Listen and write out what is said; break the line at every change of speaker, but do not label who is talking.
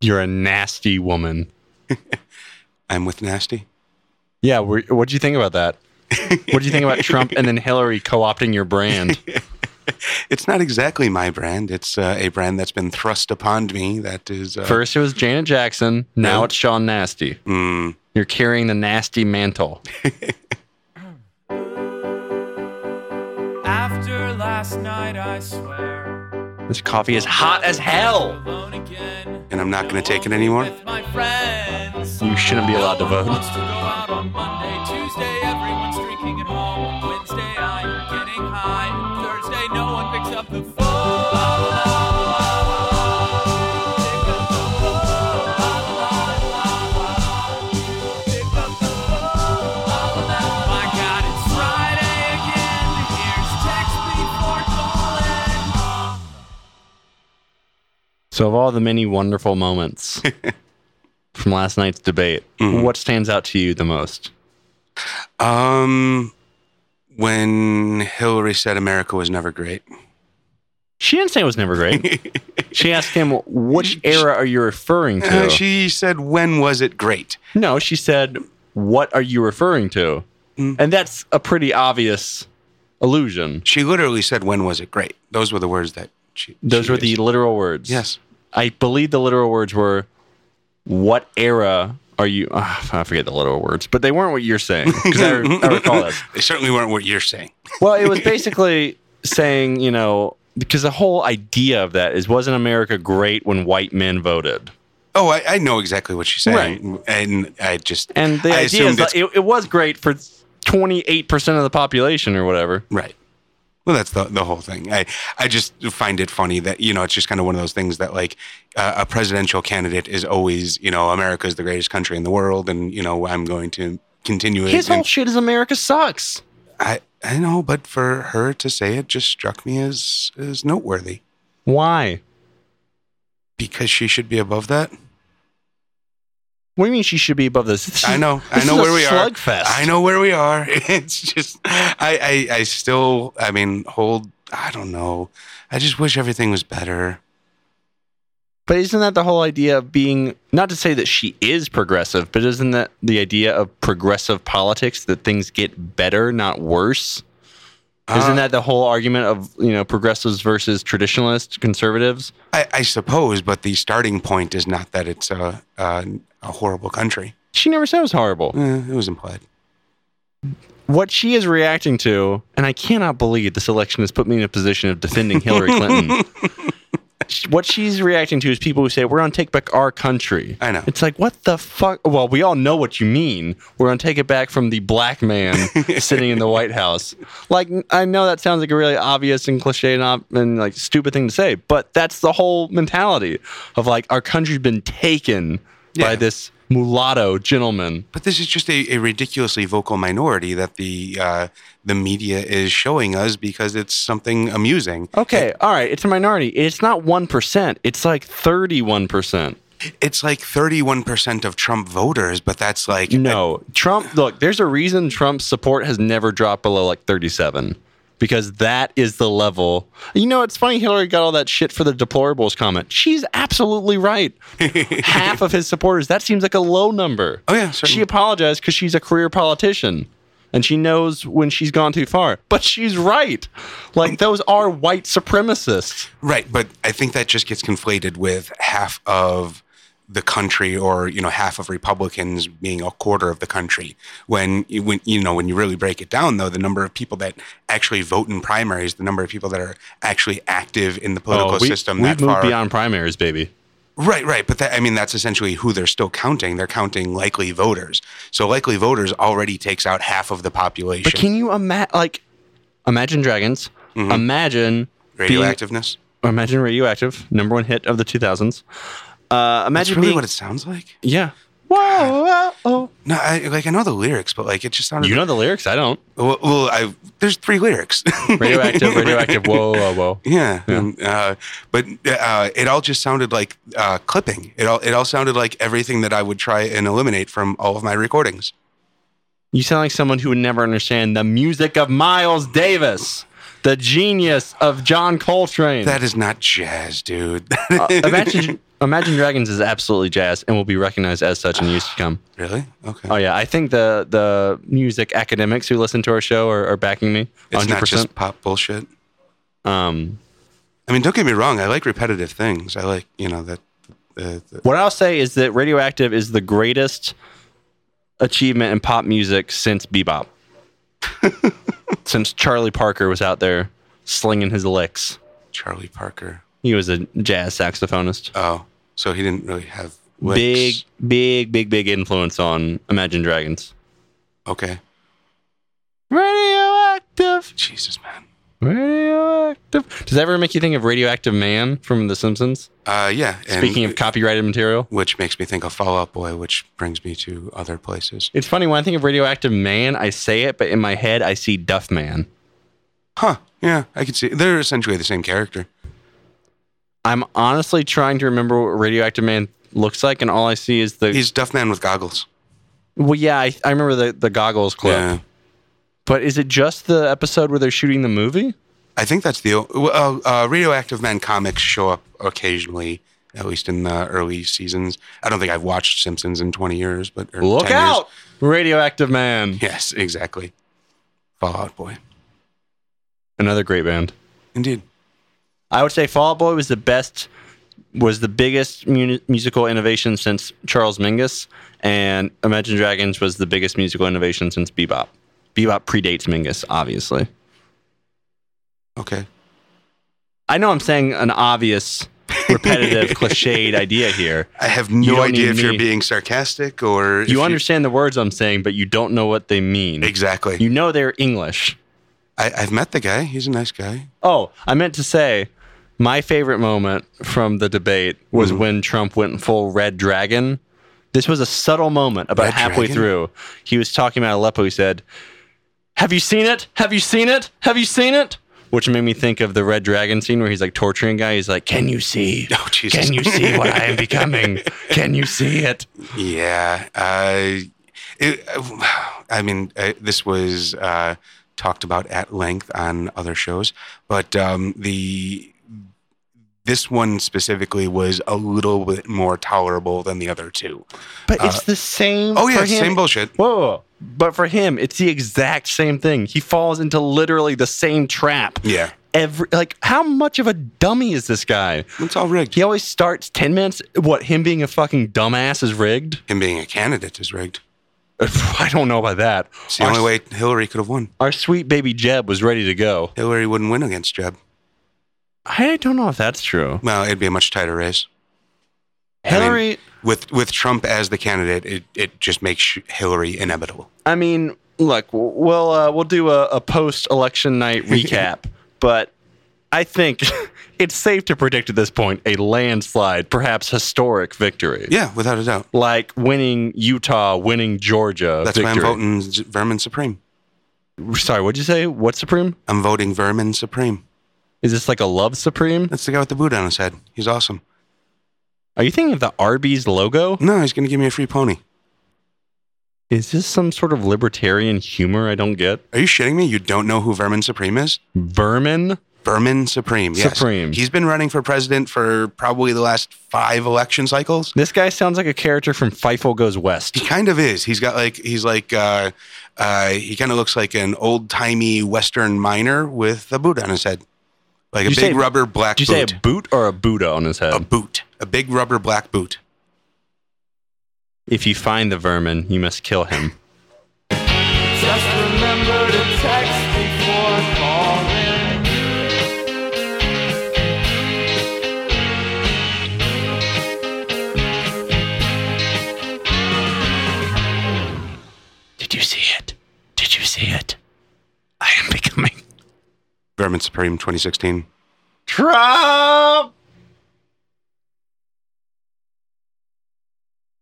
You're a nasty woman.
I'm with Nasty.
Yeah. What do you think about that? What do you think about Trump and then Hillary co-opting your brand?
It's not exactly my brand. It's uh, a brand that's been thrust upon me. That is uh,
First it was Janet Jackson. Now
Yeah.
it's Sean Nasty.
mm,
You're carrying the nasty mantle.
After last night, I swear.
This coffee is hot as hell.
Alone again.
and I'm not going to take it anymore.
With my friends.
You shouldn't be allowed to
No one
vote.
wants to go out on Monday, Tuesday, everyone's drinking at home. Wednesday, I'm getting high. Thursday, no one picks up the phone. My God, it's Friday again. Here's text before calling.
So, of all the many wonderful moments from last night's debate,
Mm-hmm.
what stands out to you the most?
Um, when Hillary said America was never great,
She didn't say it was never great. she asked him, "Which era are you referring to?"
Uh, she said, "When was it great?"
no, she said, "What are you referring to?"
Mm.
And that's a pretty obvious allusion.
She literally said, "When was it great?" Those were the words that she.
Those
she
were the
used.
literal words.
Yes.
I believe the literal words were, "What era are you?" ah, I forget the literal words, but they weren't what you're saying because I, re- I recall this.
They certainly weren't what you're saying.
Well, it was basically saying, you know, because the whole idea of that is, wasn't America great when white men voted?
Oh, I, I know exactly what she's saying, and I just
And the idea
I
is
assumed
that
it's-
it, it was great for 28% of the population or whatever.
right. Well, that's the the whole thing. I I just find it funny that you know it's just kind of one of those things that like uh, a presidential candidate is always you know America is the greatest country in the world, and you know I'm going to continue it.
His whole
and
shit is America sucks.
I I know, but for her to say it just struck me as as noteworthy
Why?
because she should be above that.
What do you mean she should be above this? This
I
is-
know.
this
I know
is a
where we are.
Slugfest.
I know where we are. It's just, I, I, I still, I mean, hold, I don't know. I just wish everything was better.
But isn't that the whole idea of being, not to say that she is progressive, but isn't that the idea of progressive politics that things get better, not worse? Isn't
Uh,
that the whole argument of you know progressives versus traditionalists, conservatives?
I, I suppose, but the starting point is not that it's a, a, a horrible country.
She never said it was horrible.
Eh, it was implied.
What she is reacting to, and I cannot believe this election has put me in a position of defending Hillary Clinton. what she's reacting to is people who say we're on take back our country.
I know.
It's like what the fuck? Well, we all know what you mean. We're on take it back from the black man sitting in the White House. Like I know that sounds like a really obvious and cliche and, ob- and like stupid thing to say, but that's the whole mentality of like our country's been taken by
Yeah.
this mulatto gentleman.
But this is just a, a ridiculously vocal minority that the uh, the media is showing us because it's something amusing.
Okay, all right, it's a minority. It's not 1%, it's like 31%.
It's like 31% of Trump voters, but that's like
No, Trump, look, there's a reason Trump's support has never dropped below like 37 because that is the level. You know, it's funny Hillary got all that shit for the deplorables comment. She's absolutely right. Half of his supporters, that seems like a low number.
Oh, yeah,
She
certainly.
apologized because she's a career politician. And she knows when she's gone too far, but she's right. Like those are white supremacists.
Right, but I think that just gets conflated with half of the country, or you know, half of Republicans being a quarter of the country. When you- when you know when you really break it down, though, the number of people that actually vote in primaries, the number of people that are actually active in the political
Oh, we,
system,
we've
that
moved
far.
beyond primaries, baby.
Right, right, but that, I mean that's essentially who they're still counting. They're counting likely voters. So likely voters already takes out half of the population.
But can you imagine, like, imagine dragons?
Mm-hmm.
Imagine being-
Radioactiveness.
imagine radioactive, number one hit of the 2000s. Uh, imagine
That's really
being,
what it sounds like.
yeah. Whoa, whoa,
No, I, like I know the lyrics, but like it just
oh.
sounded.
You know the lyrics? I don't.
Well, well I, there's three lyrics.
Radioactive, radioactive. Whoa, whoa, whoa.
Yeah, and, uh, but uh, it all just sounded like uh, clipping. It all it all sounded like everything that I would try and eliminate from all of my recordings.
You sound like someone who would never understand the music of Miles Davis, the genius of John Coltrane.
That is not jazz, dude.
Uh, imagine Imagine Dragons is absolutely jazz and will be recognized as such in years to come.
Really? Okay.
Oh yeah, I think the the music academics who listen to our show are, are backing me.
It's
100%.
not just pop bullshit.
um,
I mean, don't get me wrong. I like repetitive things. I like, you know, that. Uh, the,
what I'll say is that Radioactive is the greatest achievement in pop music since bebop, since Charlie Parker was out there slinging his licks.
Charlie Parker.
He was a jazz saxophonist.
Oh, so he didn't really have licks.
Big, big, big, big influence on Imagine Dragons.
Okay.
Radioactive.
Jesus, man.
Radioactive. Does that ever make you think of Radioactive Man from The Simpsons?
Uh, yeah. and-
Speaking of copyrighted material,
which makes me think of Fall Out Boy, which brings me to other places.
it's funny when I think of Radioactive Man, I say it, but in my head, I see Duff Man.
Huh? Yeah, I could see. They're essentially the same character.
I'm honestly trying to remember what Radioactive Man looks like, and all I see is the.
He's Duff Man with goggles.
well, yeah, I, I remember the, the goggles clip.
Yeah.
But is it just the episode where they're shooting the movie?
I think that's the o- well, uh, radioactive man comics show up occasionally, at least in the early seasons. I don't think I've watched Simpsons in twenty years, but or
Look
10 years.
out! Radioactive Man.
Yes, exactly. Fall Out Boy,
Another great band.
indeed.
I would say Fall Out Boy was the best, was the biggest mu- musical innovation since Charles Mingus, and Imagine Dragons was the biggest musical innovation since bebop. Bebop predates Mingus, obviously.
Okay,
I know I'm saying an obvious, repetitive, cliched idea here.
I have
don't
no idea
need
if you're
me.
being sarcastic or if
You understand the words I'm saying, but you don't know what they mean.
exactly.
You know they're English.
I, I've met the guy. He's a nice guy.
Oh, I meant to say my favorite moment from the debate was
Mm-hmm.
when Trump went full red dragon. This was a subtle moment about
Red
halfway
dragon?
through. He was talking about Aleppo. He said, Have you seen it? Have you seen it? Have you seen it? Which made me think of the red dragon scene where he's like torturing a guy. He's like, Can you see?
Oh Jesus!
Can you see what I am becoming? Can you see it?
Yeah, uh, it, I mean, uh, this was uh, talked about at length on other shows, but um, the this one specifically was a little bit more tolerable than the other two.
But it's the same.
Oh yeah,
for him.
same bullshit.
Whoa, whoa, whoa. But for him, it's the exact same thing. He falls into literally the same trap.
Yeah,
every like how much of a dummy is this guy?
it's all rigged.
He always starts 10 minutes what him being a fucking dumbass is rigged?
Him being a candidate is rigged.
I don't know about that.
It's the
Our,
only way Hillary could have won.
our sweet baby Jeb was ready to go.
Hillary wouldn't win against Jeb.
I don't know if that's true.
Well, it'd be a much tighter race. mean-
Hillary,
With with Trump as the candidate, it, it just makes Hillary inevitable.
I mean, look, w- we'll uh, we'll do a, a post-election night recap, but I think it's safe to predict at this point a landslide, perhaps historic victory.
Yeah, without a doubt.
Like winning Utah, winning Georgia.
That's
victory.
why I'm voting Z- Vermin Supreme.
Sorry, what'd you say? What Supreme?
I'm voting Vermin Supreme.
Is this like a love supreme?
That's the guy with the boot on his head. He's awesome.
Are you thinking of the Arby's logo?
No, he's going to give me a free pony.
Is this some sort of libertarian humor I don't get?
Are you shitting me? You don't know who Vermin Supreme is?
Vermin?
Vermin Supreme. Yes.
Supreme.
He's been running for president for probably the last five election cycles.
This guy sounds like a character from Fifo Goes
He
West.
kind of is. He's got like he's like uh, uh, he kind of looks like an old timey Western miner with a boot on his head, like
You
a big
say-
rubber black
Did you
boot.
say a boot or a Buddha on his head?
a boot, a big rubber black boot.
if you find the vermin, you must kill him.
Just remember to text before calling.
Did you see it? Did you see it? I am becoming
Vermin Supreme 2016.
Trump!